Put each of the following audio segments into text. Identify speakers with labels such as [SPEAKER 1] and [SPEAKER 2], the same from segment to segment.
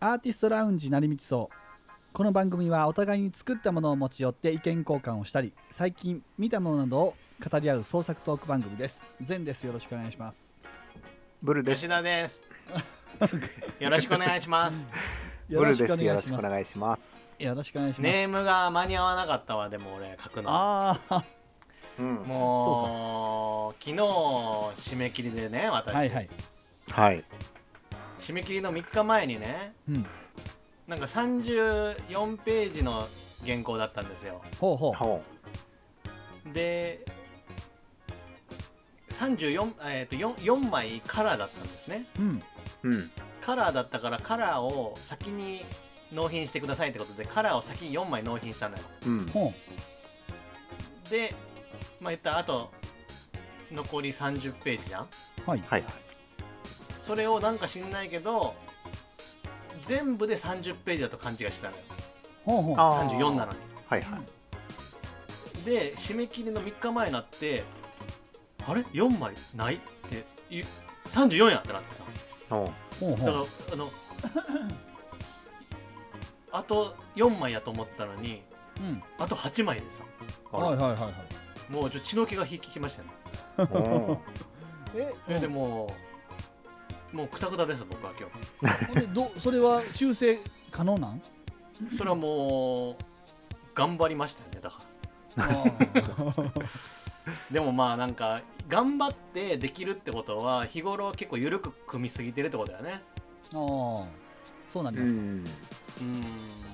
[SPEAKER 1] アーティストラウンジ成道荘この番組はお互いに作ったものを持ち寄って意見交換をしたり最近見たものなどを語り合う創作トーク番組です全ですよろしくお願いします
[SPEAKER 2] ブルです
[SPEAKER 3] 吉。田 です。よろしくお願いします。
[SPEAKER 2] ブルです。よろしくお
[SPEAKER 1] ます
[SPEAKER 2] 願いします。
[SPEAKER 1] よろしくお願いします、
[SPEAKER 3] ネームが間に合わなかったわ、でも俺書くの。
[SPEAKER 1] ああ
[SPEAKER 2] うん。
[SPEAKER 3] もう昨日締め切りでね、私、
[SPEAKER 1] はいはい
[SPEAKER 2] はい。
[SPEAKER 3] 締め切りの3日前にね、
[SPEAKER 1] うん
[SPEAKER 3] なんか34ページの原稿だったんですよ。
[SPEAKER 1] ほうほう
[SPEAKER 2] ほ
[SPEAKER 3] で、34えー、と 4, 4枚カラーだったんですね。
[SPEAKER 1] うん
[SPEAKER 2] う。うん。
[SPEAKER 3] カラーだったからカラーを先に納品してくださいってことでカラーを先に4枚納品したのよ。
[SPEAKER 2] うん。
[SPEAKER 1] ほ
[SPEAKER 3] でまあ言ったらあと残り30ページじゃん
[SPEAKER 1] うはい
[SPEAKER 2] はい。
[SPEAKER 3] それをなんか知んないけど全部で30ページだと勘違いしてたのよ
[SPEAKER 1] ほうほう
[SPEAKER 2] あー
[SPEAKER 3] 34なの
[SPEAKER 2] はいはい。
[SPEAKER 3] にで締め切りの3日前になってあれ4枚ないって言う34やってなってさ
[SPEAKER 2] ほ
[SPEAKER 1] ほう
[SPEAKER 3] だ
[SPEAKER 1] ほ
[SPEAKER 3] から
[SPEAKER 1] う
[SPEAKER 3] あの あと4枚やと思ったのに
[SPEAKER 1] うん
[SPEAKER 3] あと8枚でさ
[SPEAKER 2] う。
[SPEAKER 1] はいは
[SPEAKER 2] あ
[SPEAKER 1] いはいはい
[SPEAKER 3] もうちょっと血の気が引きましたね
[SPEAKER 2] らほ
[SPEAKER 1] え
[SPEAKER 3] そ れでもうもうクタクタです僕は今日
[SPEAKER 1] ほんでどそれは修正可能 なん
[SPEAKER 3] それはもう頑張りましたよねだから
[SPEAKER 1] あー
[SPEAKER 3] でもまあなんか頑張ってできるってことは日頃結構緩く組みすぎてるってことだよね
[SPEAKER 1] あーそうな
[SPEAKER 2] う
[SPEAKER 1] り
[SPEAKER 2] う
[SPEAKER 1] ます
[SPEAKER 2] ん。
[SPEAKER 3] うん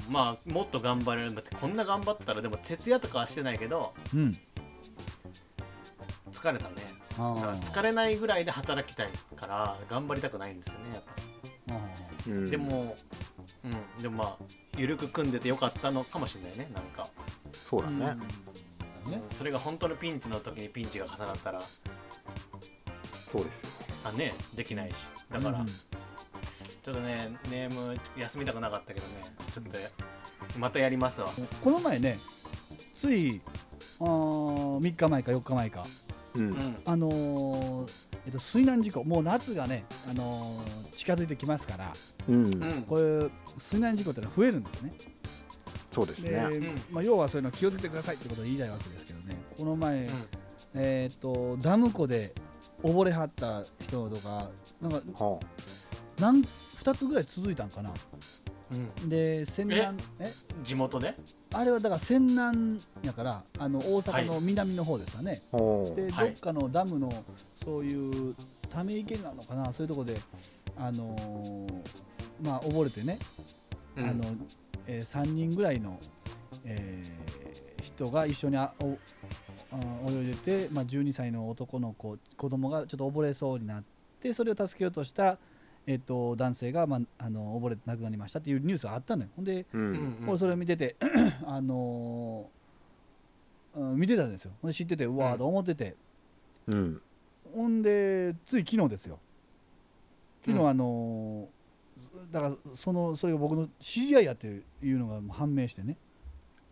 [SPEAKER 3] まあもっと頑張れるんだってこんな頑張ったらでも徹夜とかはしてないけど
[SPEAKER 1] うん、
[SPEAKER 3] 疲れたね
[SPEAKER 1] あ
[SPEAKER 3] だから
[SPEAKER 1] ー
[SPEAKER 3] 疲れないぐらいで働きたいから頑張りたくないんですよねやっぱ
[SPEAKER 1] あー
[SPEAKER 2] うん
[SPEAKER 3] で。もうんでもまあ緩く組んでてよかったのかもしれないねなんか
[SPEAKER 2] そうだね。
[SPEAKER 1] うんね
[SPEAKER 3] それが本当のピンチの時にピンチが重なったら
[SPEAKER 2] そうですよ。
[SPEAKER 3] あねできないしだから、
[SPEAKER 1] うん
[SPEAKER 3] ちょっとね、ネーム休みたくなかったけどね、ちょっとまたやりますわ。
[SPEAKER 1] この前ねついあー3日前か4日前か
[SPEAKER 2] う。
[SPEAKER 3] うんん、
[SPEAKER 1] あのーえっと、水難事故もう夏がね、あのー近づいてきますから
[SPEAKER 2] うん。
[SPEAKER 3] うん、
[SPEAKER 1] こういう水難事故ってのは増えるんですね
[SPEAKER 2] そうです
[SPEAKER 1] で
[SPEAKER 2] ね。
[SPEAKER 3] うん
[SPEAKER 1] まあ、要はそういうの気をつけてくださいってことを言いたいわけですけどねこの前、えっとダム湖で溺れはった人とかなんか
[SPEAKER 2] ほ
[SPEAKER 1] なん2つぐらい続いたんかな
[SPEAKER 3] うん、
[SPEAKER 1] で仙南え
[SPEAKER 3] うん、地元で。
[SPEAKER 1] あれはだから仙南やからあの大阪の南の方ですよね、
[SPEAKER 2] う。ほう。
[SPEAKER 1] で
[SPEAKER 3] は
[SPEAKER 1] ど
[SPEAKER 3] い
[SPEAKER 1] っかのダムのそういうため池なのかなそういうとこで、あのーまあ、溺れてね、
[SPEAKER 3] う
[SPEAKER 1] あ
[SPEAKER 3] ん
[SPEAKER 1] の、え3人ぐらいの、えー人が一緒にあおあ泳いでて、まあ、12歳の男の子子供がちょっと溺れそうになってそれを助けようとした、えっと男性が、まあ、あの溺れて亡くなりましたっていうニュースがあったのよ。ほんで、
[SPEAKER 2] う。
[SPEAKER 3] うんん、うん
[SPEAKER 1] 俺それを見てて、 あのーうん見てたんですよ。ほんで知っててうわーと思ってて、
[SPEAKER 2] うん。
[SPEAKER 1] ほんでつい昨日ですよ昨
[SPEAKER 3] う
[SPEAKER 1] 日
[SPEAKER 3] ん
[SPEAKER 1] あのーだからそのそれが僕の知り合いやっていうのが判明してね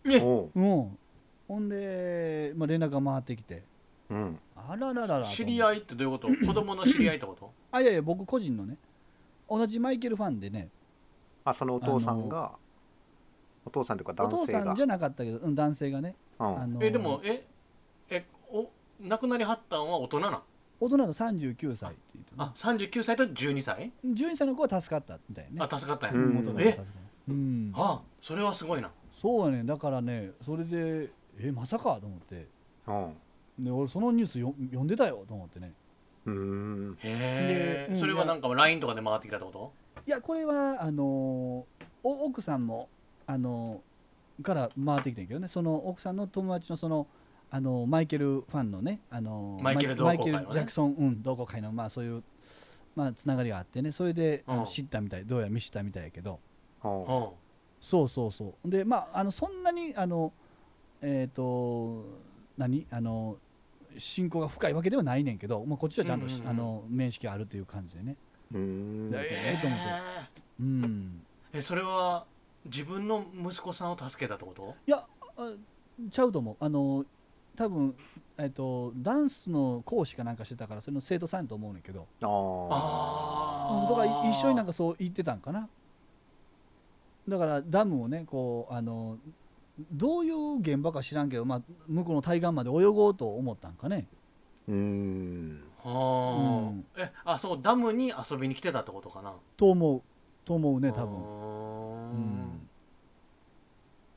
[SPEAKER 3] え
[SPEAKER 2] ほ
[SPEAKER 1] うんほんで、まあ、連絡が回ってきて
[SPEAKER 2] う。うん。
[SPEAKER 1] あらららら
[SPEAKER 3] 知り
[SPEAKER 1] い
[SPEAKER 3] 合いってどういうこと子供の知り合いってこと
[SPEAKER 1] あいやいや僕個人のね同じマイケルファンでね
[SPEAKER 2] あ、そのお父さんが。お父さんというか
[SPEAKER 1] お
[SPEAKER 2] 男
[SPEAKER 1] 父
[SPEAKER 2] 性
[SPEAKER 1] さん
[SPEAKER 2] が
[SPEAKER 1] じ。ゃなかったけど、うん、男性がね、
[SPEAKER 2] う
[SPEAKER 1] あ
[SPEAKER 2] ん。
[SPEAKER 1] のー
[SPEAKER 3] え、でも、え、え、お亡くなりはったんは大人なん
[SPEAKER 1] 大人の39歳って言ってね
[SPEAKER 3] あ、39歳と12歳
[SPEAKER 1] 12歳の子は助かったみたいな
[SPEAKER 3] あ
[SPEAKER 1] ね、
[SPEAKER 3] 助かったんや
[SPEAKER 2] う
[SPEAKER 3] うんん。
[SPEAKER 1] 元の子は助かったうん、
[SPEAKER 3] あ、それはすごいな。
[SPEAKER 1] そうやねだからねそれでえまさかと思って
[SPEAKER 2] うん。
[SPEAKER 1] で俺そのニュースよ読んでたよと思ってね
[SPEAKER 2] うーん。
[SPEAKER 3] へ
[SPEAKER 1] でう
[SPEAKER 3] え。
[SPEAKER 1] ん
[SPEAKER 3] それはなんか LINE とかで回ってきたってこと
[SPEAKER 1] いやこれはあのーお奥さんもあのーから回ってきてんけどねその奥さんの友達のそのあのーマイケルファンのねあのー
[SPEAKER 3] マイケル同好会のね
[SPEAKER 1] マイケルジャクソン、うん、同好会のまあそういうまあつながりがあってねそれで、あの
[SPEAKER 3] うん
[SPEAKER 1] 知ったみたいどうやら見知ったみたいやけど
[SPEAKER 2] ほ
[SPEAKER 3] うん。
[SPEAKER 1] そうそうそうでまああのそんなにあのえっ、と何あの信仰が深いわけではないねんけど、まあ、こっちはちゃんとし、
[SPEAKER 3] うんうんうん
[SPEAKER 1] あの面識あるという感じでね
[SPEAKER 2] う。うーん。
[SPEAKER 1] ええと思って
[SPEAKER 3] へえ
[SPEAKER 1] うん
[SPEAKER 3] え、それは自分の息子さんを助けたってこと
[SPEAKER 1] いやあちゃうと思うあの多分えっとダンスの講師かなんかしてたからそれの生徒さんやと思うねんけど
[SPEAKER 2] ああ。
[SPEAKER 3] あ
[SPEAKER 1] うんとかい一緒になんか
[SPEAKER 3] か
[SPEAKER 1] そう言ってたんかなだからダムをねこうあのどういう現場か知らんけど、まあ、向こうの対岸まで泳ごうと思ったんかね
[SPEAKER 2] うーん
[SPEAKER 1] う
[SPEAKER 3] は
[SPEAKER 1] ん
[SPEAKER 3] あえあそうダムに遊びに来てたってことかな
[SPEAKER 1] と思うと思うね多分
[SPEAKER 3] 分
[SPEAKER 1] うん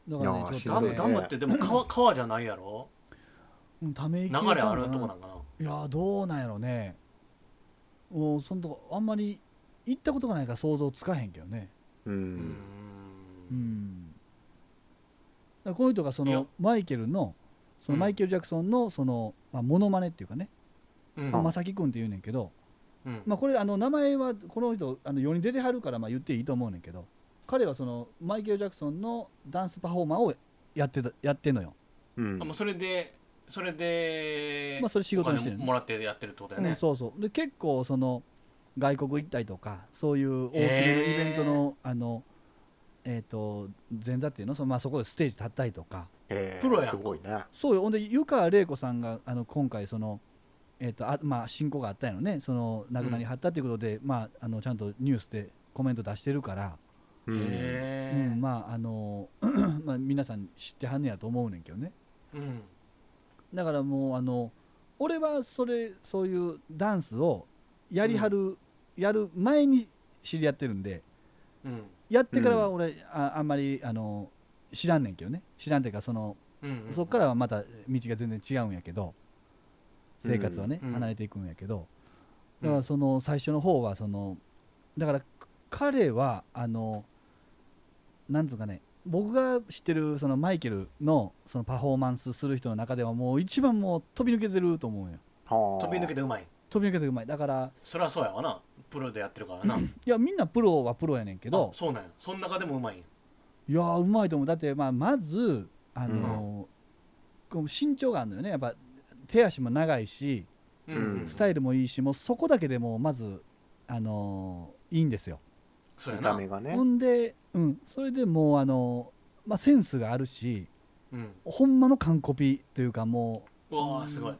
[SPEAKER 1] だから
[SPEAKER 2] いや
[SPEAKER 1] ね
[SPEAKER 2] ー
[SPEAKER 1] ちょ
[SPEAKER 3] ダ
[SPEAKER 1] っと
[SPEAKER 3] ム
[SPEAKER 1] ね
[SPEAKER 2] しんど
[SPEAKER 3] ダムってでも川川じゃないやろ
[SPEAKER 1] うんため
[SPEAKER 3] 流
[SPEAKER 1] 息
[SPEAKER 3] れ
[SPEAKER 1] ちゃうか
[SPEAKER 3] あるとこなんかない
[SPEAKER 1] やーどうなんやろねもうそのとこあんまり行ったことがないから想像つかへんけどね
[SPEAKER 2] う
[SPEAKER 3] うん
[SPEAKER 1] うんんだからこの人がそ
[SPEAKER 3] いや
[SPEAKER 1] のマイケルのその
[SPEAKER 3] うん
[SPEAKER 1] マイケル・ジャクソンのその、まあ、モノマネっていうかね、
[SPEAKER 3] うん
[SPEAKER 1] まあ、正木君って言うねんけど、
[SPEAKER 3] うん
[SPEAKER 1] まあ、これあの名前はこの人あの世に出てはるからまあ言っていいと思うねんけど彼はそのマイケル・ジャクソンのダンスパフォーマーをやってたやってんのよ、
[SPEAKER 2] うん
[SPEAKER 3] あもうそれでそれで、
[SPEAKER 1] まあ、それ仕
[SPEAKER 3] お
[SPEAKER 1] 事に
[SPEAKER 3] 金
[SPEAKER 1] してるね
[SPEAKER 3] もらってやってるってことだよ
[SPEAKER 1] うん、
[SPEAKER 3] ね、
[SPEAKER 1] そうそうで結構その外国行ったりとかそういう大きなイベントのあのえっ、と前座っていうのその、まあ、そこでステージ立ったりとか
[SPEAKER 2] へー
[SPEAKER 3] プロやんか
[SPEAKER 2] すごいね
[SPEAKER 1] そうよほんで湯川玲子さんがあの今回その、えーとあまあ、進行があったんやろねその亡くなりはったということで、まあ、あのちゃんとニュースでコメント出してるから、
[SPEAKER 2] う
[SPEAKER 3] へ
[SPEAKER 2] ん
[SPEAKER 3] え
[SPEAKER 1] うんまああの まあ皆さん知ってはんねやと思うねんけどね
[SPEAKER 3] うん
[SPEAKER 1] だからもうあの俺はそれそういうダンスをやりはる、やる前に知り合ってるんで
[SPEAKER 3] うん
[SPEAKER 1] やってからは俺、ああんまりあの知らんねんけどね知らんっていうかその、
[SPEAKER 3] うんうん
[SPEAKER 1] そっからはまた道が全然違うんやけど生活はね、
[SPEAKER 3] うん
[SPEAKER 1] 離れていくんやけど
[SPEAKER 3] うん
[SPEAKER 1] だからその最初の方はそのだから彼はあのなんつうかね僕が知ってるそのマイケルのそのパフォーマンスする人の中ではもう一番もう飛び抜けてると思うよ
[SPEAKER 2] 飛
[SPEAKER 3] 飛び抜けてうまい
[SPEAKER 1] 飛び抜けてうまいだから
[SPEAKER 3] そりゃそうやわなプロでやってるからない
[SPEAKER 1] やみんなプロはプロやねんけど
[SPEAKER 3] あそうなんやその中でもうまいんや
[SPEAKER 1] いやーうまいと思うだって、まあ、まず、あのーこう身長があるのよねやっぱ手足も長いし
[SPEAKER 3] うん
[SPEAKER 2] うん
[SPEAKER 1] スタイルもいいしもうそこだけでもうまず、あのーいいんですよ。
[SPEAKER 3] そうや
[SPEAKER 2] 見た
[SPEAKER 3] な
[SPEAKER 2] 目がね
[SPEAKER 1] ほんで、うん、それでもう、あのーまあ、センスがあるし
[SPEAKER 3] うん
[SPEAKER 1] ほんまの完コピというかも
[SPEAKER 3] うわあすごい
[SPEAKER 1] うん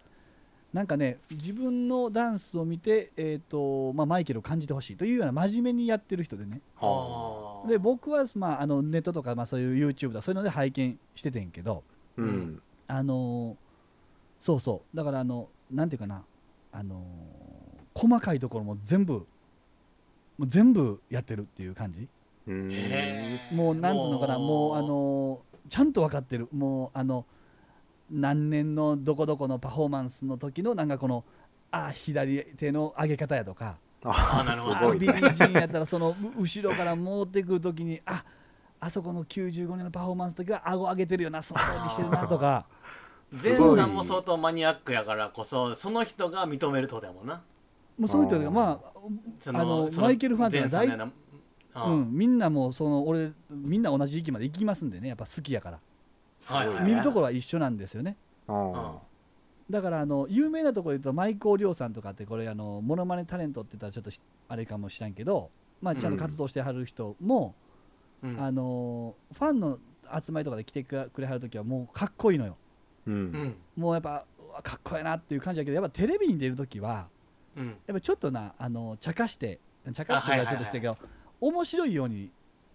[SPEAKER 1] なんかね自分のダンスを見て、えーとまあ、マイケルを感じてほしいというような真面目にやってる人でね
[SPEAKER 2] は
[SPEAKER 3] あー
[SPEAKER 1] で僕は、まあ、あのネットとか、まあ、そういう YouTube だそういうので拝見しててんけど、
[SPEAKER 2] あうん
[SPEAKER 1] あのーそうそうだからあのなんていうかなあのー細かいところも全部もう全部やってるっていう感じ
[SPEAKER 2] うん
[SPEAKER 3] へー
[SPEAKER 1] もうなんつうのかなもうあのーちゃんと分かってるもうあの何年のどこどこのパフォーマンスの時のなんかこのあー左手の上げ方やとか
[SPEAKER 2] あ
[SPEAKER 3] あなるほど
[SPEAKER 2] す
[SPEAKER 1] あ
[SPEAKER 2] ご
[SPEAKER 1] ー
[SPEAKER 2] い
[SPEAKER 1] ビ
[SPEAKER 2] ね
[SPEAKER 1] リー・ジーンやったらそのう後ろから戻ってくる時にああそこの95年のパフォーマンスの時は顎上げてるよなそのようにしてるなとか。
[SPEAKER 3] 前
[SPEAKER 2] すごい
[SPEAKER 3] さんも相当マニアックやからこそその人が認めるってことやもんな
[SPEAKER 1] もうその人
[SPEAKER 2] あ
[SPEAKER 1] が
[SPEAKER 2] ー
[SPEAKER 1] ま
[SPEAKER 3] そ
[SPEAKER 1] あの
[SPEAKER 3] そ
[SPEAKER 1] マイケルファンっての
[SPEAKER 3] 前
[SPEAKER 1] は大
[SPEAKER 3] さんのような
[SPEAKER 1] あ、
[SPEAKER 3] あー
[SPEAKER 1] うん、みんなもうその俺みんな同じ域まで行きますんでねやっぱ好きやから、
[SPEAKER 2] すごい
[SPEAKER 3] はい
[SPEAKER 2] ね
[SPEAKER 1] 見るところは一緒なんですよね
[SPEAKER 2] うん
[SPEAKER 1] だからあの有名なところで言うと舞光亮さんとかってこれあのモノマネタレントって言ったらちょっとしあれかもしらんけど、まあ、ちゃんと活動してはる人も、
[SPEAKER 3] うん
[SPEAKER 1] あのファンの集まりとかで来てくれはる時はもうかっこいいのよ
[SPEAKER 2] う
[SPEAKER 3] うんん
[SPEAKER 1] もうやっぱうわかっこいいなっていう感じだけどやっぱテレビに出る時は
[SPEAKER 3] うん
[SPEAKER 1] やっぱちょっとなあの茶化して茶化すとか
[SPEAKER 3] あはいは
[SPEAKER 1] はいちょ
[SPEAKER 3] はい
[SPEAKER 1] っとしてるけど、面白いように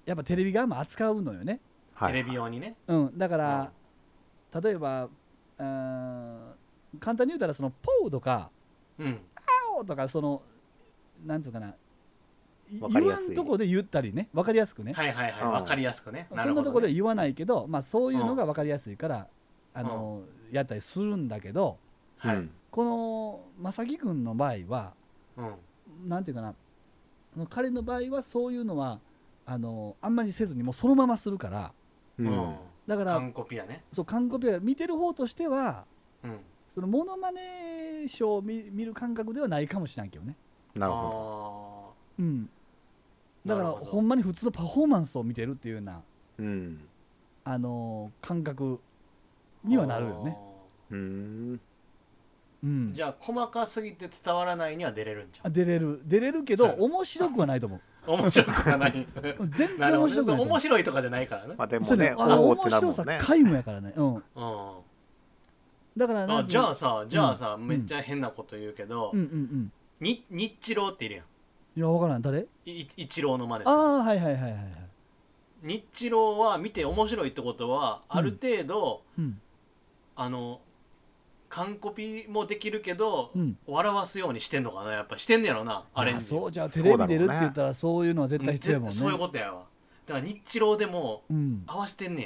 [SPEAKER 1] やっぱテレビ側も扱うのよね
[SPEAKER 2] は
[SPEAKER 3] テ
[SPEAKER 2] い
[SPEAKER 3] レビ用にね
[SPEAKER 1] うん、だから
[SPEAKER 3] う、
[SPEAKER 1] 例えばうーん簡単に言うたらそのポーとか
[SPEAKER 3] うん
[SPEAKER 1] パオとかそのなんつうかな
[SPEAKER 2] わか
[SPEAKER 1] 言
[SPEAKER 2] り
[SPEAKER 1] わ
[SPEAKER 2] やすい
[SPEAKER 1] んとこで言ったりね分かりやすくね、
[SPEAKER 3] はいはいはい
[SPEAKER 2] うん
[SPEAKER 3] わかりやすくねな
[SPEAKER 1] そ
[SPEAKER 3] る
[SPEAKER 1] ん
[SPEAKER 3] ほ
[SPEAKER 1] な
[SPEAKER 3] ど
[SPEAKER 1] とこで
[SPEAKER 3] ね
[SPEAKER 1] 言わないけど、まあ、そういうのが分かりやすいから、あのやったりするんだけど
[SPEAKER 3] はい
[SPEAKER 2] うん
[SPEAKER 1] この正木君の場合は
[SPEAKER 3] うん
[SPEAKER 1] なんていうかな彼の場合はそういうのはあのあんまりせずにもうそのままするから
[SPEAKER 2] う
[SPEAKER 3] うん
[SPEAKER 2] ん
[SPEAKER 1] だから
[SPEAKER 3] 完コピやね
[SPEAKER 1] そう韓国では見てる方としては
[SPEAKER 3] うん
[SPEAKER 1] そのモノマネショーを見見る感覚ではないかもしれんけどね、
[SPEAKER 2] なるほ
[SPEAKER 1] う
[SPEAKER 3] ど
[SPEAKER 1] ん、だから
[SPEAKER 3] なるほど
[SPEAKER 1] ほんまに普通のパフォーマンスを見てるっていうような、
[SPEAKER 2] どうん
[SPEAKER 1] あのー感覚にはなるよね、
[SPEAKER 2] うん
[SPEAKER 1] うん、
[SPEAKER 3] じゃあ細かすぎて伝わらないには出れるんじゃ
[SPEAKER 1] あ
[SPEAKER 3] ん
[SPEAKER 1] 出れる出れるけど
[SPEAKER 3] そう
[SPEAKER 1] 面白くはないと 思う
[SPEAKER 3] 面白くはな い
[SPEAKER 1] うん全
[SPEAKER 3] な
[SPEAKER 1] 然面白
[SPEAKER 3] るほ
[SPEAKER 1] くない
[SPEAKER 3] どね
[SPEAKER 1] と思う
[SPEAKER 3] 面白いとかじゃないからね
[SPEAKER 2] まあで
[SPEAKER 1] そ
[SPEAKER 2] も
[SPEAKER 1] うだ
[SPEAKER 2] ね
[SPEAKER 1] よあ
[SPEAKER 2] おおって
[SPEAKER 1] 面
[SPEAKER 2] なる
[SPEAKER 1] 白
[SPEAKER 2] も
[SPEAKER 1] さ
[SPEAKER 2] んね
[SPEAKER 1] 皆無やからね、うん、
[SPEAKER 3] うん
[SPEAKER 1] だから
[SPEAKER 3] あ
[SPEAKER 1] んつうの
[SPEAKER 3] じゃあさじゃあさ、
[SPEAKER 1] うん
[SPEAKER 3] めっちゃ変なこと言うけど、
[SPEAKER 1] うんうんうん
[SPEAKER 3] に日ローっているやん
[SPEAKER 1] いや分からん誰
[SPEAKER 3] い一郎の真似
[SPEAKER 1] あ
[SPEAKER 3] する
[SPEAKER 1] あはいはいはいはいはい
[SPEAKER 3] 日郎は見て面白いってことはある程度、
[SPEAKER 1] うん
[SPEAKER 3] あの完コピもできるけど、
[SPEAKER 1] うん
[SPEAKER 3] 笑わすようにしてんのかなやっぱしてんねやろなあれ
[SPEAKER 1] まあ
[SPEAKER 3] に
[SPEAKER 1] そうじゃあ
[SPEAKER 2] そう
[SPEAKER 1] テ
[SPEAKER 2] だろ
[SPEAKER 1] レ
[SPEAKER 2] うね
[SPEAKER 1] ビ出るって言ったらそういうのは絶対必要やもんね
[SPEAKER 3] そういうことやわだから日郎でも
[SPEAKER 1] うん
[SPEAKER 3] 合わせてんね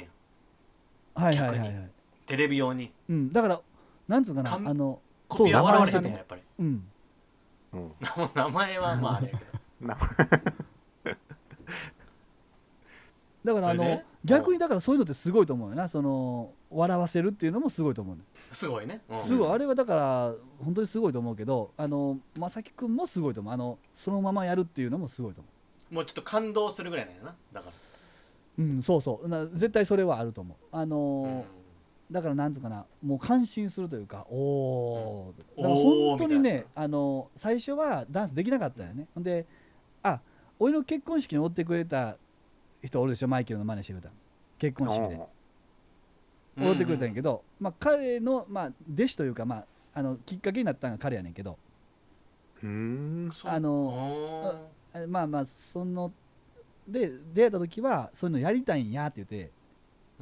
[SPEAKER 3] ん
[SPEAKER 1] はいはいはいは
[SPEAKER 3] 逆
[SPEAKER 1] い、
[SPEAKER 3] テレビ用に
[SPEAKER 1] うん、だからなんつうかなあ
[SPEAKER 3] 完
[SPEAKER 1] の
[SPEAKER 3] コピーは
[SPEAKER 2] そう
[SPEAKER 3] 笑われへんねん
[SPEAKER 1] 名前
[SPEAKER 3] やっぱり
[SPEAKER 1] うん
[SPEAKER 2] うん、
[SPEAKER 3] も う名前はまああれやけど
[SPEAKER 2] な
[SPEAKER 1] だからあ
[SPEAKER 3] それ
[SPEAKER 1] の
[SPEAKER 3] で
[SPEAKER 1] 逆にだからそういうのってすごいと思うよなその笑わせるっていうのもすごいと思うね
[SPEAKER 3] すごいね、うん
[SPEAKER 1] すごいあれはだから本当にすごいと思うけどあの正樹君もすごいと思うあのそのままやるっていうのもすごいと思
[SPEAKER 3] もうちょっと感動するぐらいなんやなだか
[SPEAKER 1] ううんそうそうな絶対それはあると思うあ
[SPEAKER 3] ら、うん
[SPEAKER 1] の、だからなんつうかなもう感心するというかおお、
[SPEAKER 3] うん
[SPEAKER 1] だから本当に
[SPEAKER 3] おーみ
[SPEAKER 1] ねあの最初はダンスできなかったよね、ほんであ俺の結婚式に追ってくれた人おるでしょマイケルの真似してくれた結婚式で追ってくれたんやけど、まあ、彼の、まあ、弟子というか、まあ、あのきっかけになったのが彼やねんけど
[SPEAKER 2] うん
[SPEAKER 3] そう
[SPEAKER 1] あの
[SPEAKER 3] お
[SPEAKER 1] あまあまあそので出会った時はそういうのやりたいんやって言って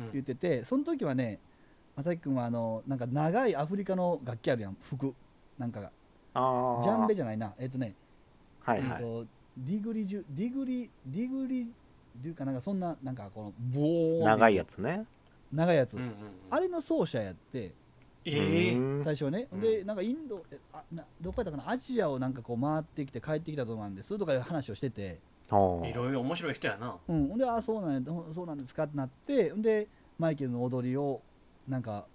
[SPEAKER 3] ーう
[SPEAKER 1] 言
[SPEAKER 3] ん
[SPEAKER 1] っててその時はね正樹君はあのなんか長いアフリカの楽器あるやん服なんかが
[SPEAKER 2] ああ
[SPEAKER 1] ジャンベじゃないなえっとね、
[SPEAKER 2] はい
[SPEAKER 1] え
[SPEAKER 2] は
[SPEAKER 1] っ
[SPEAKER 2] い、
[SPEAKER 1] と、ディグリジュディグリディグリデュかなんかそんななんかこのボーン
[SPEAKER 2] 長いやつね
[SPEAKER 1] 長いやつ、
[SPEAKER 3] うんうんうん
[SPEAKER 1] あれの奏者やって
[SPEAKER 3] ええ
[SPEAKER 2] うん
[SPEAKER 1] 最初はね、
[SPEAKER 3] うん
[SPEAKER 1] でなんかインドえあなどこやったかなアジアをなんかこう回ってきて帰ってきたと思うんですとかいう話をしてて、
[SPEAKER 2] お
[SPEAKER 3] い
[SPEAKER 2] ー
[SPEAKER 3] ろいろ面白い人やな
[SPEAKER 1] うん、ほんであそうなんやほんそうなんですかってなってほんでマイケルの踊りをなんか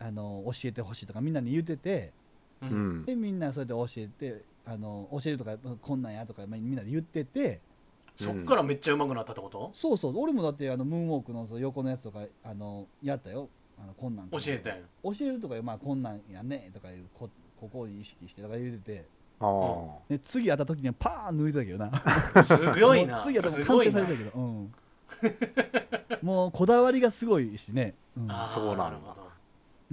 [SPEAKER 1] あの教えてほしいとかみんなに言ってて
[SPEAKER 3] う
[SPEAKER 2] うんん
[SPEAKER 1] でみんなそうやって教えてあの教えるとかこんなんやとかまあみんなで言ってて
[SPEAKER 3] そっからめっちゃ上手くなったってこと
[SPEAKER 1] そうそう俺もだってあのムーンウォークのその横のやつとかあのやったよあのこんなん
[SPEAKER 3] 教えたやん
[SPEAKER 1] 教えるとかまあこんなんやねとかいうこここを意識してとか言ってて
[SPEAKER 2] あー
[SPEAKER 1] で次やった時にはパーン抜いてたけどな
[SPEAKER 3] すごい
[SPEAKER 1] も
[SPEAKER 3] な
[SPEAKER 1] う次やったらもう
[SPEAKER 3] す
[SPEAKER 1] 完
[SPEAKER 3] ご
[SPEAKER 1] 成
[SPEAKER 3] い
[SPEAKER 1] さ
[SPEAKER 3] な
[SPEAKER 1] れてたけど、うん、もうこだわりがすごいしね、うん
[SPEAKER 3] あー
[SPEAKER 2] そうなんだ
[SPEAKER 3] るほど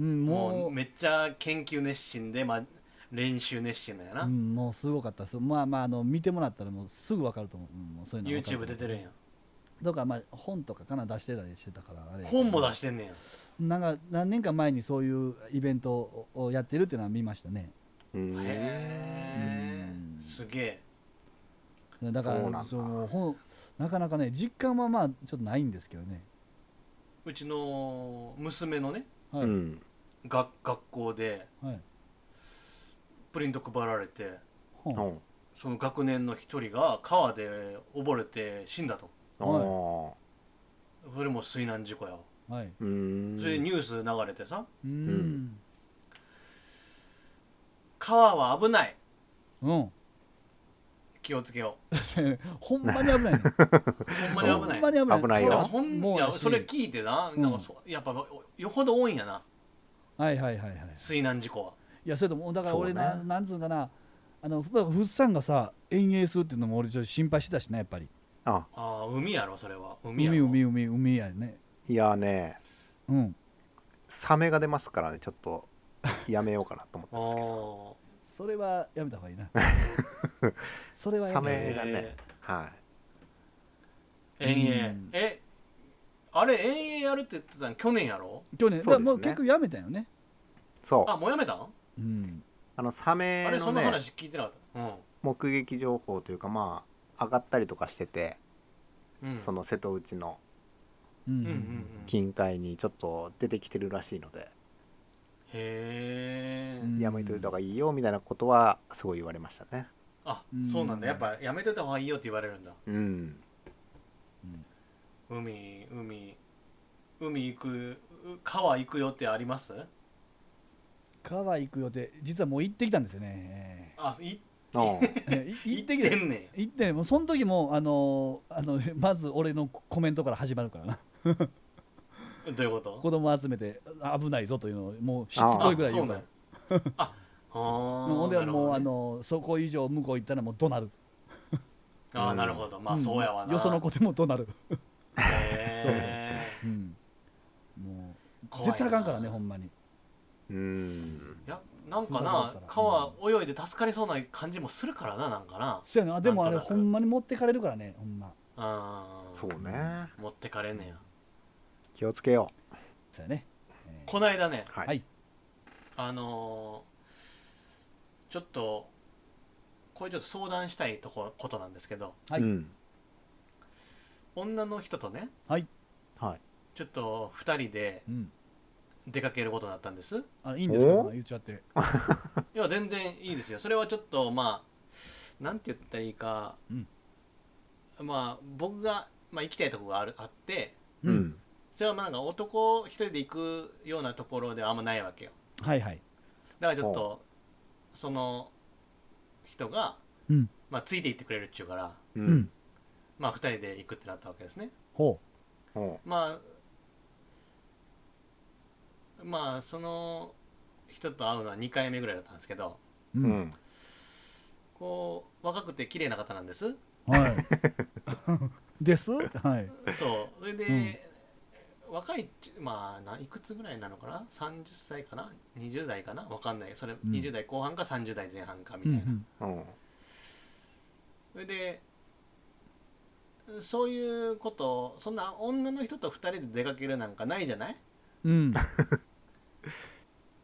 [SPEAKER 1] うん、
[SPEAKER 3] も
[SPEAKER 1] も
[SPEAKER 3] う
[SPEAKER 1] う
[SPEAKER 3] めっちゃ研究熱心で、まあ、練習熱心だよな、
[SPEAKER 1] うん、もうすごかったですまあまああの見てもらったらもうすぐ分かると思う,、うん、もうそういうのは分か
[SPEAKER 3] YouTube 出てるんや
[SPEAKER 1] とかまあ本とかかな出してたりしてたからあれ
[SPEAKER 3] 本も出
[SPEAKER 1] し
[SPEAKER 3] してんねんや
[SPEAKER 1] なんか何年か前にそういうイベントををやってるっていうのは見ましたね
[SPEAKER 2] うん
[SPEAKER 3] へ
[SPEAKER 1] うん
[SPEAKER 3] えすげえ
[SPEAKER 1] だから
[SPEAKER 2] そうなんだ
[SPEAKER 1] う本なかなかね実感はまあちょっとないんですけどね、
[SPEAKER 3] うちの娘のね
[SPEAKER 1] はい
[SPEAKER 2] うん
[SPEAKER 3] 学学校で
[SPEAKER 1] はい
[SPEAKER 3] プリント配られて
[SPEAKER 1] 本
[SPEAKER 2] うん
[SPEAKER 3] その学年の一人が川で溺れて死んだと
[SPEAKER 2] あー
[SPEAKER 3] それも水難事故やわ
[SPEAKER 1] はいう
[SPEAKER 2] ーん
[SPEAKER 3] それでニュース流れてさ
[SPEAKER 1] うん
[SPEAKER 3] 川は危ない
[SPEAKER 1] うん、
[SPEAKER 3] 気をつけよ
[SPEAKER 1] ほんまに危ないね
[SPEAKER 3] うほんまに危ない
[SPEAKER 1] ほんまに危ない
[SPEAKER 2] 危ない
[SPEAKER 3] そう
[SPEAKER 2] よ
[SPEAKER 3] だそん
[SPEAKER 1] もう
[SPEAKER 3] いや
[SPEAKER 1] やし
[SPEAKER 3] それ聞いてななんかそうやっぱよほど多いんやな
[SPEAKER 1] はいはいはいはい
[SPEAKER 3] 水難事故はい
[SPEAKER 1] やそれともうだから俺
[SPEAKER 2] そうね
[SPEAKER 1] な,、なんつうのかなあのふふっさんがさ遠泳するっていうのも俺ちょっと心配してたしなやっぱり
[SPEAKER 2] あ
[SPEAKER 3] ああ海やろそれは海
[SPEAKER 1] 海
[SPEAKER 3] やろ
[SPEAKER 1] 海海海やね
[SPEAKER 2] いやね
[SPEAKER 1] うん
[SPEAKER 2] サメが出ますからねちょっとやめようかなと思って
[SPEAKER 3] あ
[SPEAKER 2] ますけど
[SPEAKER 3] ー
[SPEAKER 1] それはやめた方が いいなそれはや
[SPEAKER 2] サ
[SPEAKER 1] めた方がい
[SPEAKER 2] メがねはい
[SPEAKER 3] 遠
[SPEAKER 1] う
[SPEAKER 3] 泳
[SPEAKER 1] ん
[SPEAKER 3] えあれ遠泳やるって言ってたん去年やろ
[SPEAKER 1] い去年だ
[SPEAKER 2] そう
[SPEAKER 1] か
[SPEAKER 2] ですね
[SPEAKER 1] らもう結局やめたよね
[SPEAKER 2] そう
[SPEAKER 3] あもうやめたん
[SPEAKER 1] うん
[SPEAKER 2] あのサ
[SPEAKER 3] あ
[SPEAKER 2] メ
[SPEAKER 3] れそ
[SPEAKER 2] の
[SPEAKER 3] んな
[SPEAKER 2] ね
[SPEAKER 3] 話聞いてなかったうん
[SPEAKER 2] 目撃情報というかまあ上がったりとかしてて、
[SPEAKER 3] うん
[SPEAKER 2] その瀬戸内の
[SPEAKER 1] うん
[SPEAKER 3] うんうんうん
[SPEAKER 2] 近海にちょっと出てきてるらしいので、
[SPEAKER 3] へ
[SPEAKER 1] うん
[SPEAKER 3] え
[SPEAKER 2] やめといた方がいいよみたいなことはすごい言われましたね
[SPEAKER 3] あ
[SPEAKER 1] うん
[SPEAKER 3] そうなんだやっぱやめといた方がいいよって言われるんだ
[SPEAKER 2] うん
[SPEAKER 3] 海海海行くう川行く予定あります
[SPEAKER 1] 川行く予定実はもう行ってきたんですよね
[SPEAKER 3] あい
[SPEAKER 2] おう
[SPEAKER 1] えー い行ってき
[SPEAKER 3] 行ってんねん
[SPEAKER 1] 行ってもうその時もあのーあのまず俺のコメントから始まる からな
[SPEAKER 3] どういうこと
[SPEAKER 1] 子供集めてあ危ないぞというのをもうしつこいぐらい言うから
[SPEAKER 3] あそうなんやああー
[SPEAKER 1] もうほんで
[SPEAKER 3] なる
[SPEAKER 1] も
[SPEAKER 3] ほ
[SPEAKER 1] う
[SPEAKER 3] ど
[SPEAKER 1] あ
[SPEAKER 3] ね
[SPEAKER 1] のそこ以上向こう行ったらもう怒鳴る
[SPEAKER 3] あーなるほどまあ
[SPEAKER 1] ん
[SPEAKER 3] そうやわな
[SPEAKER 1] よその子でも怒鳴る、
[SPEAKER 3] へー
[SPEAKER 1] うん、もう
[SPEAKER 3] 怖いな
[SPEAKER 1] 絶対あかんからねほんまに
[SPEAKER 2] うん
[SPEAKER 3] いやなんか
[SPEAKER 1] そうだっ
[SPEAKER 3] な
[SPEAKER 1] たら
[SPEAKER 3] 川泳いで助かりそうな感じもするからななんかな
[SPEAKER 1] そやなでもあれ
[SPEAKER 3] なんと
[SPEAKER 1] ほ
[SPEAKER 3] なく
[SPEAKER 1] んまに持ってかれるからねほんま
[SPEAKER 3] あー
[SPEAKER 2] そうね
[SPEAKER 3] 持ってかれんねや
[SPEAKER 2] 気をつけよ
[SPEAKER 1] そうやね、えー
[SPEAKER 3] こないだね
[SPEAKER 2] うはい、
[SPEAKER 1] はい
[SPEAKER 3] あのーちょっとこれちょっと相談したいとこことなんですけど
[SPEAKER 1] はい
[SPEAKER 2] うん
[SPEAKER 3] 女の人とね
[SPEAKER 2] はい、
[SPEAKER 3] ちょっと2人で
[SPEAKER 1] うん、
[SPEAKER 3] 出かけることになったんです
[SPEAKER 1] あいいんですか
[SPEAKER 2] お
[SPEAKER 1] 言っちゃって
[SPEAKER 3] いや全然いいですよそれはちょっとまあなんて言ったらいいか、
[SPEAKER 1] うん
[SPEAKER 3] まあ僕が、まあ、行きたいとこがあるあって
[SPEAKER 2] う
[SPEAKER 1] うん
[SPEAKER 2] ん
[SPEAKER 3] それはまあなんか男一人で行くようなところではあんまないわけよ
[SPEAKER 1] はいはい
[SPEAKER 3] だからちょっとその人が、
[SPEAKER 1] うん
[SPEAKER 3] まあ、ついていってくれるっちゅうから
[SPEAKER 2] う、
[SPEAKER 1] うんん、
[SPEAKER 3] まあ2人で行くってなったわけですね
[SPEAKER 1] ほ
[SPEAKER 2] おう
[SPEAKER 3] まあまあその人と会うのは2回目ぐらいだったんですけど
[SPEAKER 1] う、う
[SPEAKER 2] うんん
[SPEAKER 3] こう若くて綺麗な方なんです
[SPEAKER 1] はい ですはい
[SPEAKER 3] そうそれで、若いっちゅまあないくつぐらいなのかな30歳かな20代かなわかんないそれ、
[SPEAKER 1] ん
[SPEAKER 3] 20代後半か30代前半かみ
[SPEAKER 1] う
[SPEAKER 3] た
[SPEAKER 1] ん
[SPEAKER 3] いうな、
[SPEAKER 1] ん
[SPEAKER 2] うん
[SPEAKER 3] それでそういうことそんな女の人と2人で出かけるなんかないじゃない、
[SPEAKER 1] うん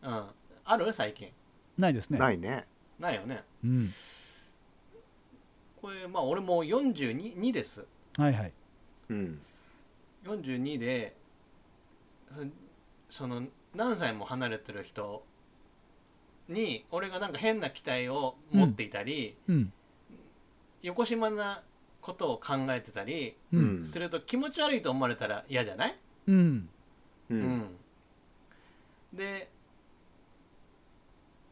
[SPEAKER 3] うん、ある最近
[SPEAKER 1] ないですね、
[SPEAKER 2] ないいね
[SPEAKER 3] ないよね
[SPEAKER 1] うん、
[SPEAKER 3] これまあ俺もう42 2です
[SPEAKER 1] はいはい
[SPEAKER 2] うん
[SPEAKER 3] 42でそその何歳も離れてる人に俺がなんか変な期待を持っていたり、
[SPEAKER 1] うん
[SPEAKER 3] よこしまなことを考えてたり
[SPEAKER 1] う
[SPEAKER 2] うんん
[SPEAKER 3] すると気持ち悪いと思われたら嫌じゃない、
[SPEAKER 1] うん
[SPEAKER 2] う
[SPEAKER 3] うんで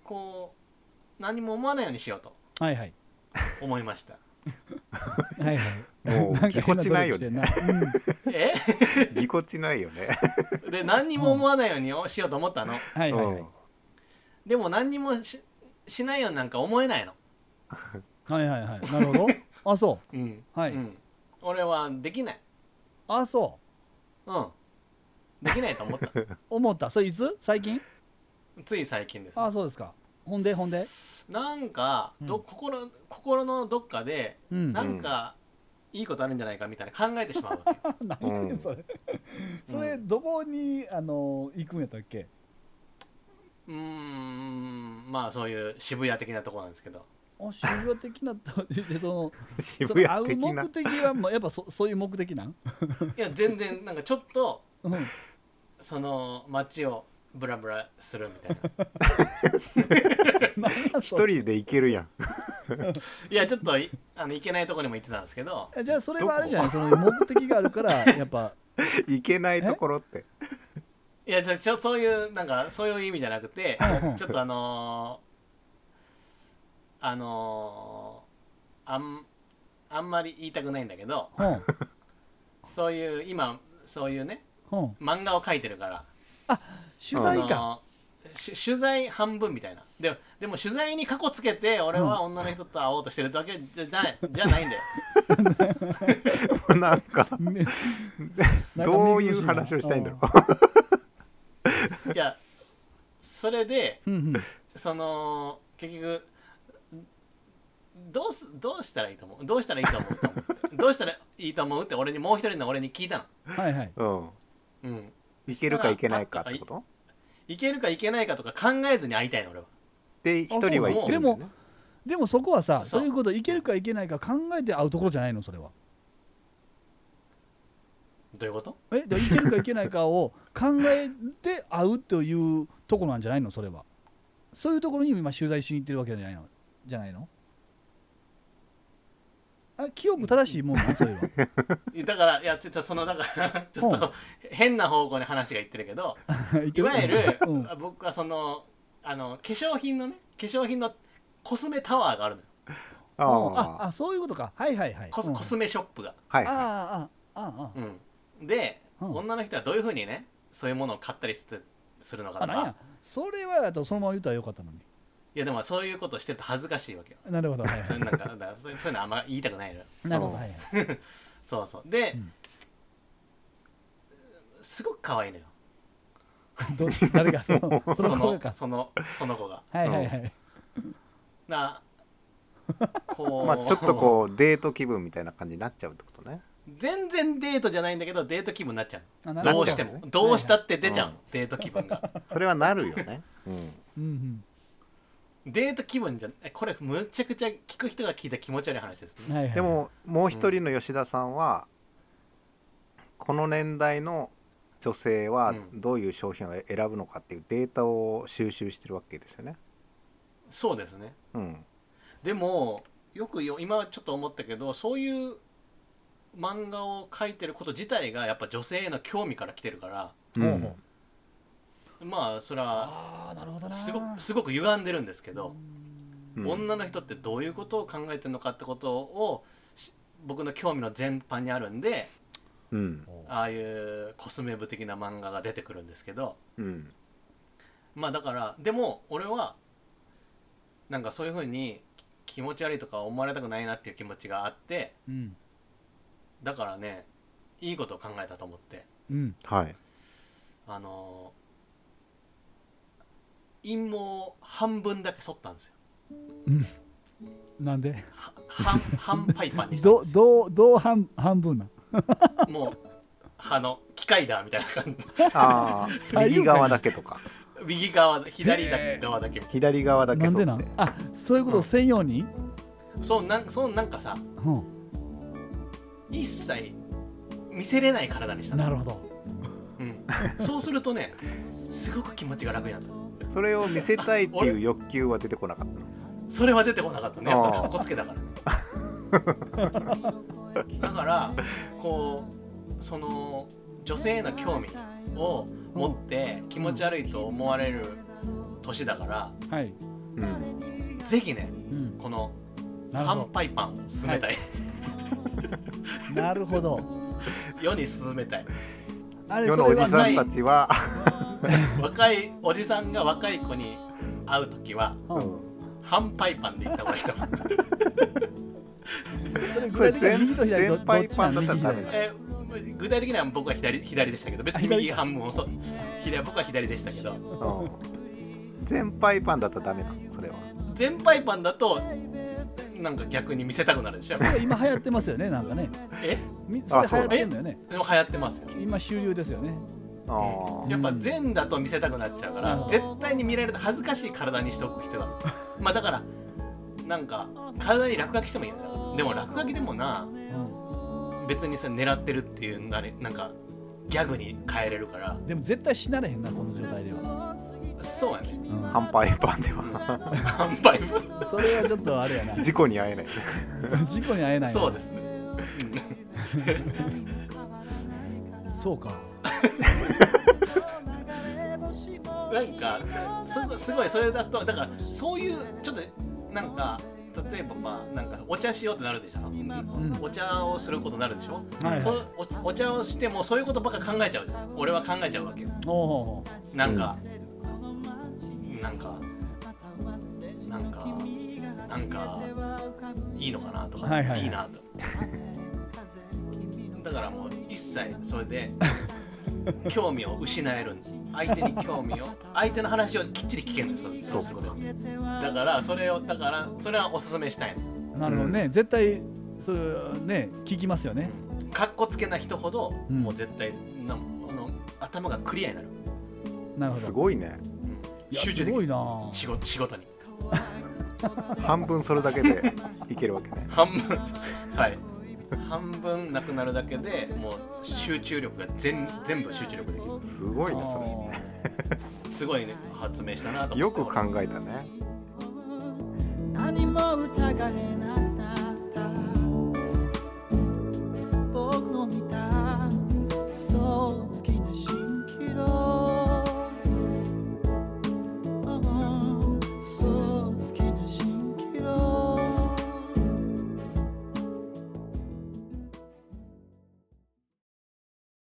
[SPEAKER 3] こう何も思わないようにしようと
[SPEAKER 1] はいはい
[SPEAKER 3] 思いました
[SPEAKER 1] はいはい
[SPEAKER 2] もう
[SPEAKER 1] なんか変な
[SPEAKER 2] ぎこちないよ
[SPEAKER 1] 努力してん
[SPEAKER 2] ね
[SPEAKER 1] なうん
[SPEAKER 3] え
[SPEAKER 2] ぎこちないよね
[SPEAKER 3] で何にも思わないようにをしようと思ったの
[SPEAKER 1] はいはいはい
[SPEAKER 3] でも何にもししないようになんか思えないの
[SPEAKER 1] はいはいはいなるほどあそ
[SPEAKER 3] うん
[SPEAKER 1] はい
[SPEAKER 3] うん、俺はできないう
[SPEAKER 1] あそ
[SPEAKER 3] うんできない と思った
[SPEAKER 1] う思ったそれいつ最近
[SPEAKER 3] つい最近です、
[SPEAKER 1] あそうですかほんでほんで
[SPEAKER 3] なんかど、
[SPEAKER 1] うん
[SPEAKER 3] 心心のどっかで
[SPEAKER 1] うん
[SPEAKER 3] な
[SPEAKER 1] 何
[SPEAKER 3] んか、いいことあるんじゃないかみたいな考えてしまう わけ
[SPEAKER 1] やねんそれ それどこにあの行くんやったっけ
[SPEAKER 3] うーんまあそういう渋谷的なところなんですけど
[SPEAKER 1] あ渋谷的なとでその
[SPEAKER 2] うん渋
[SPEAKER 1] その
[SPEAKER 2] 谷
[SPEAKER 1] 会う
[SPEAKER 2] 的な
[SPEAKER 1] 目的はもうやっぱそそういう目的なん、
[SPEAKER 3] いや全然なんかちょっと
[SPEAKER 1] うん、
[SPEAKER 3] その街をブラブラするみたいな
[SPEAKER 2] 一
[SPEAKER 1] 一
[SPEAKER 2] 人で行けるやん
[SPEAKER 3] いやちょっといあの行けないとこにも行ってたんですけど
[SPEAKER 1] じゃあそれはあれじゃないその目的があるからやっ ぱ
[SPEAKER 2] 行けないところ って
[SPEAKER 3] いやちょちょそういうなんかそういう意味じゃなくて
[SPEAKER 1] うんうん
[SPEAKER 3] ちょっとあのー、あのー、あんあんまり言いたくないんだけど
[SPEAKER 1] ほん
[SPEAKER 3] そういう今そういうね
[SPEAKER 1] ほん
[SPEAKER 3] 漫画を描いてるから
[SPEAKER 1] 取材
[SPEAKER 3] あ
[SPEAKER 1] か
[SPEAKER 3] のし取材半分みたいなでもでも取材に過去つけて俺は女の人と会おうとしてるだけじゃないじゃないんだよ
[SPEAKER 2] なんか
[SPEAKER 1] めなんか
[SPEAKER 2] どういう話をしたいんだろ、
[SPEAKER 3] いやそれで
[SPEAKER 1] うんうんうん
[SPEAKER 3] その結局どうすどうしたらいいと思うどうしたらいいと思うと思ってどうしたらいいと思うって俺にもう一人の俺に聞いたの
[SPEAKER 1] はいはいう
[SPEAKER 2] うん、
[SPEAKER 3] うん
[SPEAKER 2] 行けるか行けないかってこと
[SPEAKER 3] いけるかいけないかとか考えずに会いたいの俺は
[SPEAKER 2] で一人は行ってるんだよね
[SPEAKER 1] でもそこはさ
[SPEAKER 3] そ
[SPEAKER 1] そ
[SPEAKER 3] う
[SPEAKER 1] ういうこといけるかいけないか考えて会うところじゃないのそれは
[SPEAKER 3] どういうこと
[SPEAKER 1] えでいけるかいけないかを考えて会うというところなんじゃないのそれはそういうところに今取材しに行ってるわけじゃないのじゃないのあ記憶正しいもんなそれ は
[SPEAKER 3] だからいやちょっとそのだから ちょっ
[SPEAKER 1] ほう
[SPEAKER 3] と変な方向に話がいってるけど
[SPEAKER 1] 言っ
[SPEAKER 3] い
[SPEAKER 1] て
[SPEAKER 3] わゆる、
[SPEAKER 1] うん
[SPEAKER 3] 僕はそのあの化粧品のね化粧品のコスメタワーがあるのよ
[SPEAKER 1] あ
[SPEAKER 2] ああ
[SPEAKER 1] あそういうことかはいはいはい
[SPEAKER 3] コス,、
[SPEAKER 1] うん
[SPEAKER 3] コスメショップが、
[SPEAKER 2] はい
[SPEAKER 1] あ
[SPEAKER 2] は
[SPEAKER 1] ああああ
[SPEAKER 3] うん、で、
[SPEAKER 1] うん
[SPEAKER 3] 女の人はどういうふうにねそういうものを買ったりするするのか
[SPEAKER 1] ああ
[SPEAKER 3] とか
[SPEAKER 1] なんやそれはあとそのまま言ったらよかったのに
[SPEAKER 3] いやでもそういうことしてると恥ずかしいわけよ
[SPEAKER 1] なるほどはいは
[SPEAKER 3] それなんかだからそういうそういうのあんま言いたくないのよ
[SPEAKER 1] いなるほどはいはい
[SPEAKER 3] そうそうで、
[SPEAKER 1] うん
[SPEAKER 3] すごく可愛いのよ
[SPEAKER 1] ど誰がそのその
[SPEAKER 3] そ
[SPEAKER 1] 声
[SPEAKER 3] の
[SPEAKER 1] か
[SPEAKER 3] そのその子が
[SPEAKER 1] はいはいはい
[SPEAKER 3] なこ う
[SPEAKER 2] まあちょっとこうデート気分みたいな感じになっちゃうってことね
[SPEAKER 3] 全然デートじゃないんだけどデート気分になっちゃう
[SPEAKER 1] あなる
[SPEAKER 3] ど
[SPEAKER 1] ほ
[SPEAKER 3] うして
[SPEAKER 2] な
[SPEAKER 3] も
[SPEAKER 2] っちゃ
[SPEAKER 3] どうしたって出ちゃう、
[SPEAKER 2] うん
[SPEAKER 3] デート気分が
[SPEAKER 2] それはなるよね、 うん、
[SPEAKER 1] うんうん
[SPEAKER 3] デート気分じゃえこれむちゃくちゃ聞く人が聞いた気持ち悪い話ですね
[SPEAKER 1] はいはい
[SPEAKER 2] でももう一人の吉田さんは、この年代の女性は
[SPEAKER 3] うん
[SPEAKER 2] どういう商品を選ぶのかっていうデータを収集してるわけですよね。
[SPEAKER 3] そうですね
[SPEAKER 2] うん、
[SPEAKER 3] でもよくよ今ちょっと思ったけどそういう漫画を描いてること自体がやっぱ女性への興味から来てるから
[SPEAKER 1] ほうほう
[SPEAKER 3] まあそれは
[SPEAKER 1] ああなるほどな
[SPEAKER 3] すごくすごく歪んでるんですけど、
[SPEAKER 1] うん
[SPEAKER 2] うん
[SPEAKER 3] 女の人ってどういうことを考えてるのかってことをし僕の興味の全般にあるんで
[SPEAKER 2] うん
[SPEAKER 3] ああいうコスメ部的な漫画が出てくるんですけど
[SPEAKER 2] うん
[SPEAKER 3] まあだからでも俺はなんかそういうふうに気持ち悪いとか思われたくないなっていう気持ちがあって
[SPEAKER 1] うん
[SPEAKER 3] だからねいいことを考えたと思って
[SPEAKER 1] うん
[SPEAKER 2] はい、
[SPEAKER 3] あのー陰謀を半分だけ剃ったんですよ
[SPEAKER 1] なん で
[SPEAKER 3] は半半パイパンにしたん
[SPEAKER 1] ど
[SPEAKER 3] ですよ
[SPEAKER 1] どうどう半半分なん
[SPEAKER 3] もうあの機械だみたいな感じ
[SPEAKER 2] あ あ右側だけとか
[SPEAKER 3] 右側左側だけ
[SPEAKER 2] 左側だけ
[SPEAKER 1] なん
[SPEAKER 2] そ
[SPEAKER 1] で
[SPEAKER 2] う
[SPEAKER 1] なんあそういうことをせんように、
[SPEAKER 3] そうなんそうなんかさ
[SPEAKER 1] うん
[SPEAKER 3] 一切見せれない体にしたの
[SPEAKER 1] なるほど
[SPEAKER 3] うん、そうするとねすごく気持ちが楽になった
[SPEAKER 2] それを見せたいっていう欲求は出てこなかったの。
[SPEAKER 3] それは出てこなかったねやっぱ
[SPEAKER 2] あー
[SPEAKER 3] かっこつけだから ねだからこうその女性への興味を持って気持ち悪いと思われる年だから、
[SPEAKER 1] はい、
[SPEAKER 2] うん、
[SPEAKER 3] ぜひね
[SPEAKER 1] うん、
[SPEAKER 3] この
[SPEAKER 1] なるほ
[SPEAKER 3] 半パイパンを勧めたい、
[SPEAKER 1] どなるほど
[SPEAKER 3] 世に勧めたい
[SPEAKER 1] あれ
[SPEAKER 2] 世
[SPEAKER 1] それ
[SPEAKER 2] のお
[SPEAKER 1] は
[SPEAKER 2] じ
[SPEAKER 1] な
[SPEAKER 2] さんたちは、
[SPEAKER 3] 若いおじさんが若い子に会う時は
[SPEAKER 1] うん
[SPEAKER 2] う
[SPEAKER 3] 半パイパンで行った方がいいと思う
[SPEAKER 1] それ
[SPEAKER 2] ん
[SPEAKER 1] 具
[SPEAKER 2] それ
[SPEAKER 1] 体的には右と
[SPEAKER 2] 全
[SPEAKER 1] 左どど
[SPEAKER 2] 全
[SPEAKER 1] っ
[SPEAKER 2] 敗
[SPEAKER 1] ちな
[SPEAKER 2] パン
[SPEAKER 1] ん
[SPEAKER 2] だった
[SPEAKER 1] 右
[SPEAKER 2] らダメ
[SPEAKER 1] 左
[SPEAKER 2] だ。
[SPEAKER 3] えー具体的には僕は左左でしたけど別に
[SPEAKER 1] あ左
[SPEAKER 3] 右半分をそう左僕は左でしたけど
[SPEAKER 2] うん全敗パンだったらダメなのそれは。
[SPEAKER 3] 全パイパンだとなんか逆に見せたくなる でしょ
[SPEAKER 1] これ今流行ってますよねなんかね
[SPEAKER 3] え
[SPEAKER 1] みそれ
[SPEAKER 2] あ
[SPEAKER 1] 流
[SPEAKER 2] そう
[SPEAKER 1] 行ってんのよね
[SPEAKER 3] でも流行ってますよ
[SPEAKER 1] 今主流ですよね
[SPEAKER 2] ああ
[SPEAKER 3] やっぱ全だと見せたくなっちゃうから絶対に見られると恥ずかしい体にしておく必要があるまあだからなんか体に落書きしてもいいんだでも落書きでもな
[SPEAKER 1] う
[SPEAKER 3] 別にそれ狙ってるっていうなれなんかギャグに変えれるから
[SPEAKER 1] んでも絶対死なれへんなその状態では、
[SPEAKER 3] そうや ね
[SPEAKER 1] うん
[SPEAKER 2] 半敗パンでは
[SPEAKER 3] 販売部
[SPEAKER 1] それはちょっとあれや な
[SPEAKER 2] 事故に遭えない。
[SPEAKER 1] 事故に遭えないな
[SPEAKER 3] そうですね
[SPEAKER 1] そうか
[SPEAKER 3] うんなんかすごいすごいそれだとだからそういうちょっとなんか例えばまあなんかお茶しようってなるでしょ、お茶をすることになるでしょ、
[SPEAKER 1] はいはい
[SPEAKER 3] そうおお茶をしてもそういうことばっか考えちゃうじゃん俺は考えちゃうわけよ
[SPEAKER 1] おお
[SPEAKER 3] なんか、なんかなんかなんかいいのかなとか、
[SPEAKER 1] はいはいはい
[SPEAKER 3] いなとだからもう一切それ で興味を失えるんです相手に興味を相手の話をきっちり聞けるんですよそうすることでだからそれをだからそれはおすすめしたいの
[SPEAKER 1] なるほどね、絶対それね聞きますよね
[SPEAKER 3] かっこつけな人ほど、
[SPEAKER 1] うん
[SPEAKER 3] もう絶対なあの頭がクリアになる、
[SPEAKER 1] なるほど
[SPEAKER 2] すごいね。
[SPEAKER 3] うん
[SPEAKER 1] いや
[SPEAKER 3] 集中
[SPEAKER 1] す
[SPEAKER 3] で
[SPEAKER 1] ご
[SPEAKER 3] き
[SPEAKER 1] い
[SPEAKER 3] る
[SPEAKER 1] な
[SPEAKER 3] 仕事仕事に
[SPEAKER 2] 半分それだけでいけるわけね。
[SPEAKER 3] 半分はい半分なくなるだけでもう集中力が全全部集中力でき
[SPEAKER 2] すごいねそれ。
[SPEAKER 3] るすごいね発明したなと思って
[SPEAKER 2] よく考えたね。
[SPEAKER 4] 何も疑えない